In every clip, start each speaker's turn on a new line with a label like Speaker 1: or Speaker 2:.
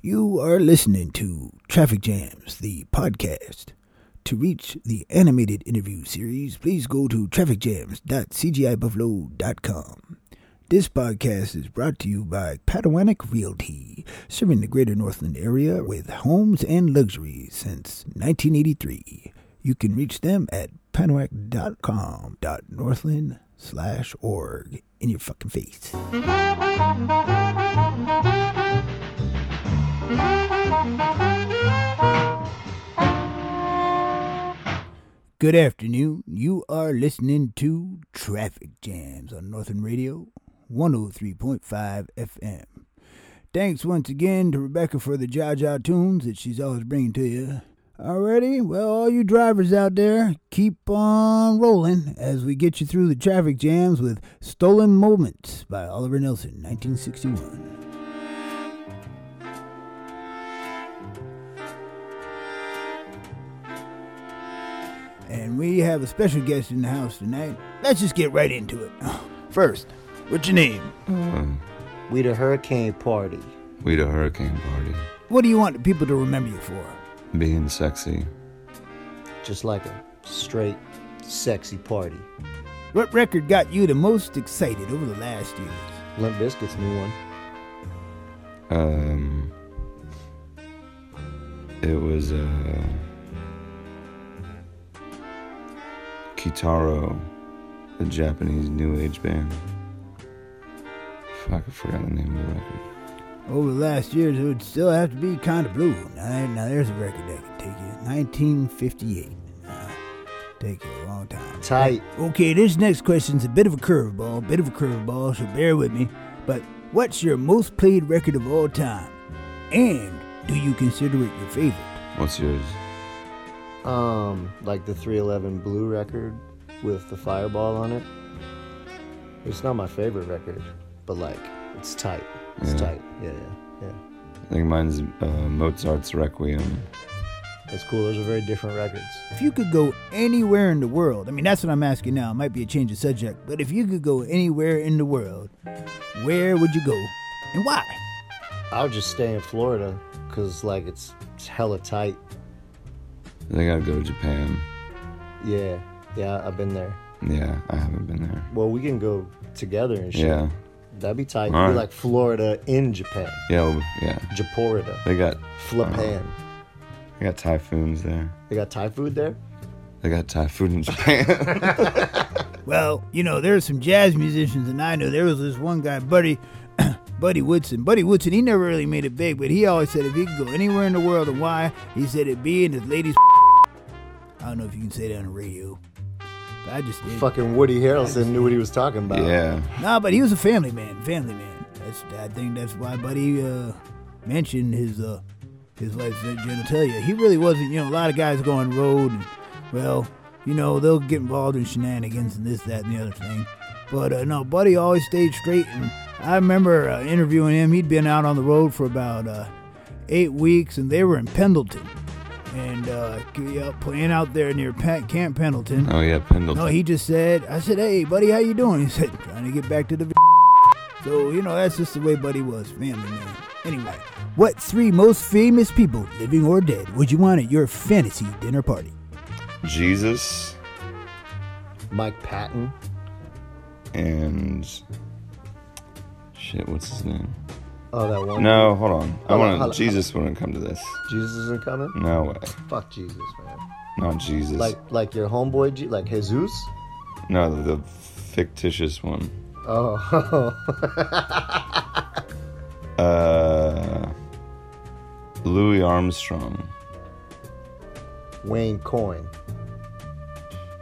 Speaker 1: You are listening to Traffic Jams, the podcast. To reach the animated interview series, please go to trafficjams.cgibuffalo.com. This podcast is brought to you by Patawanic Realty, serving the greater Northland area with homes and luxuries since 1983. You can reach them at patawanic.com.northland slash org in your fucking face. Good afternoon. You are listening to Traffic Jams on Northern Radio 103.5 FM. Thanks once again to Rebecca for the Jaja tunes that she's always bringing to you. Alrighty, well, all you drivers out there, keep on rolling as we get you through the traffic jams with Stolen Moments by Oliver Nelson, 1961. and we have a special guest in the house tonight. Let's just get right into it. First, what's your name?
Speaker 2: We the hurricane party.
Speaker 3: We the hurricane party.
Speaker 1: What do you want people to remember you for?
Speaker 3: Being sexy.
Speaker 2: Just like a straight, sexy party.
Speaker 1: What record got you the most excited over the last years?
Speaker 2: Limp Bizkit's new one.
Speaker 3: Um, it was uh, Kitaro, the Japanese new age band. Fuck, I forgot the name of the record.
Speaker 1: Over the last years, it would still have to be kind of blue. Now, now there's a record that could take you. 1958. Now, take you a long time.
Speaker 2: Tight.
Speaker 1: Okay, this next question's a bit of a curveball, bit of a curveball, so bear with me. But what's your most played record of all time? And do you consider it your favorite?
Speaker 3: What's yours?
Speaker 2: Um, like the 311 Blue record with the fireball on it. It's not my favorite record, but like, it's tight. It's
Speaker 3: Yeah.
Speaker 2: tight. Yeah, yeah, yeah.
Speaker 3: I think mine's uh, Mozart's Requiem.
Speaker 2: It's cool. Those are very different records.
Speaker 1: If you could go anywhere in the world, I mean, that's what I'm asking now. It might be a change of subject, but if you could go anywhere in the world, where would you go and why?
Speaker 2: I'll just stay in Florida because, like, it's, it's hella tight.
Speaker 3: I think I'd go to Japan.
Speaker 2: Yeah, yeah, I've been there.
Speaker 3: Yeah, I haven't been there.
Speaker 2: Well, we can go together and shit.
Speaker 3: Yeah,
Speaker 2: That'd be tight.
Speaker 3: All
Speaker 2: It'd
Speaker 3: right.
Speaker 2: be like Florida in Japan.
Speaker 3: yeah, well, yeah.
Speaker 2: Japorida.
Speaker 3: They got Uh-huh.
Speaker 2: Flapan.
Speaker 3: they got typhoons there.
Speaker 2: They got Thai food there?
Speaker 3: They got typhoon in Japan.
Speaker 1: Well, you know, there's some jazz musicians, and I know there was this one guy, Buddy, Buddy Woodson. Buddy Woodson, he never really made it big, but he always said if he could go anywhere in the world and why, he said it'd be in his lady's. I don't know if you can say that on the radio, but I just did.
Speaker 2: Fucking Woody Harrelson knew what he was talking about.
Speaker 3: yeah,
Speaker 1: Nah, but he was a family man. Family man. That's I think that's why Buddy uh, mentioned his uh, his wife's genitalia. He really wasn't. You know, a lot of guys go on the road and well, you know, they'll get involved in shenanigans and this, that, and the other thing. But uh, no, Buddy always stayed straight. And I remember uh, interviewing him. He'd been out on the road for about uh, eight weeks, and they were in Pendleton. And uh, yeah, playing out there near Pe- Camp Pendleton.
Speaker 3: Oh yeah, Pendleton.
Speaker 1: No, he just said, I said, hey, buddy, how you doing? He said, trying to get back to the. v-" So, you know, that's just the way Buddy was, family man. Anyway, what three most famous people, living or dead, would you want at your fantasy dinner party?
Speaker 3: Jesus
Speaker 2: Mike Patton.
Speaker 3: and shit. What's his name?
Speaker 2: Oh, that one.
Speaker 3: No, hold
Speaker 2: Hold
Speaker 3: on. I
Speaker 2: on,
Speaker 3: want
Speaker 2: hold on.
Speaker 3: to. Jesus wouldn't come to this.
Speaker 2: Jesus isn't coming?
Speaker 3: No way.
Speaker 2: Fuck Jesus, man.
Speaker 3: Not Jesus.
Speaker 2: Like like your homeboy, Je- like Jesus?
Speaker 3: no, the, the fictitious one.
Speaker 2: Oh.
Speaker 3: Uh, Louis Armstrong,
Speaker 2: Wayne Coyne.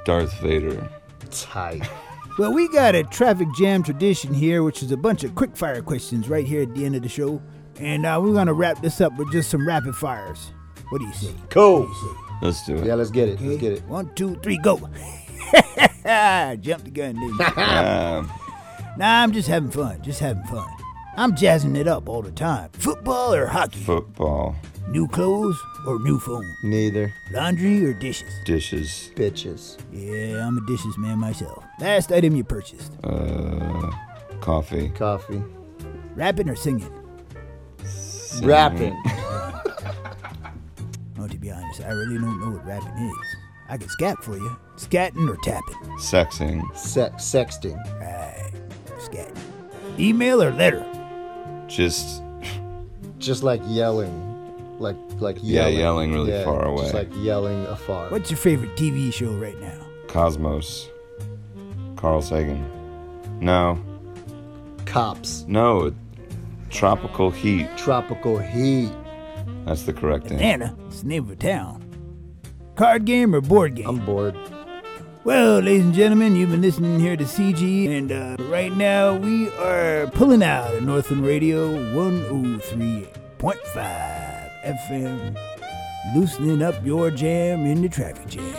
Speaker 3: Darth Vader.
Speaker 2: Tight.
Speaker 1: Well, we got a traffic jam tradition here, which is a bunch of quick fire questions right here at the end of the show. And uh, we're going to wrap this up with just some rapid fires. What do you say?
Speaker 2: Cool.
Speaker 3: Let's do it.
Speaker 2: Yeah, let's get it. Let's get it.
Speaker 1: One, two, three, go. Jump the gun, dude.
Speaker 3: Uh,
Speaker 1: Nah, I'm just having fun. Just having fun. I'm jazzing it up all the time. Football or hockey?
Speaker 3: football,
Speaker 1: New clothes or new phone?
Speaker 2: Neither.
Speaker 1: Laundry or dishes?
Speaker 3: dishes,
Speaker 2: Bitches.
Speaker 1: Yeah, I'm a dishes man myself. Last item you purchased?
Speaker 3: uh, coffee,
Speaker 2: Coffee.
Speaker 1: Rapping or singing?
Speaker 2: Rapping.
Speaker 1: be honest. I really don't know what rapping is. I can scat for you. Scatting or tapping.
Speaker 3: Sexing.
Speaker 2: Sex, sexting.
Speaker 1: Right. Scatting. Email or letter?
Speaker 3: Just
Speaker 2: Just like yelling. Like, like
Speaker 3: Yeah,
Speaker 2: yelling.
Speaker 3: yelling really
Speaker 2: Yeah,
Speaker 3: far away.
Speaker 2: Just like yelling afar.
Speaker 1: What's your favorite TV show right now?
Speaker 3: Cosmos. Carl Sagan. No.
Speaker 2: Cops.
Speaker 3: No. Tropical heat.
Speaker 2: Tropical heat.
Speaker 3: That's the correct answer.
Speaker 1: Nana. It's the name of a town. Card game or board game?
Speaker 2: I'm bored.
Speaker 1: Well, ladies and gentlemen, you've been listening here to CG, and uh, right now we are pulling out of Northland Radio 103.5 FM, loosening up your jam in the traffic jams.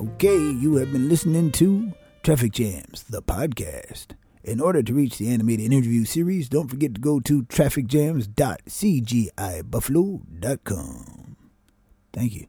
Speaker 1: Okay, you have been listening to Traffic Jams, the podcast. In order to reach the animated interview series, don't forget to go to trafficjams.cgibuffalo.com. Thank you.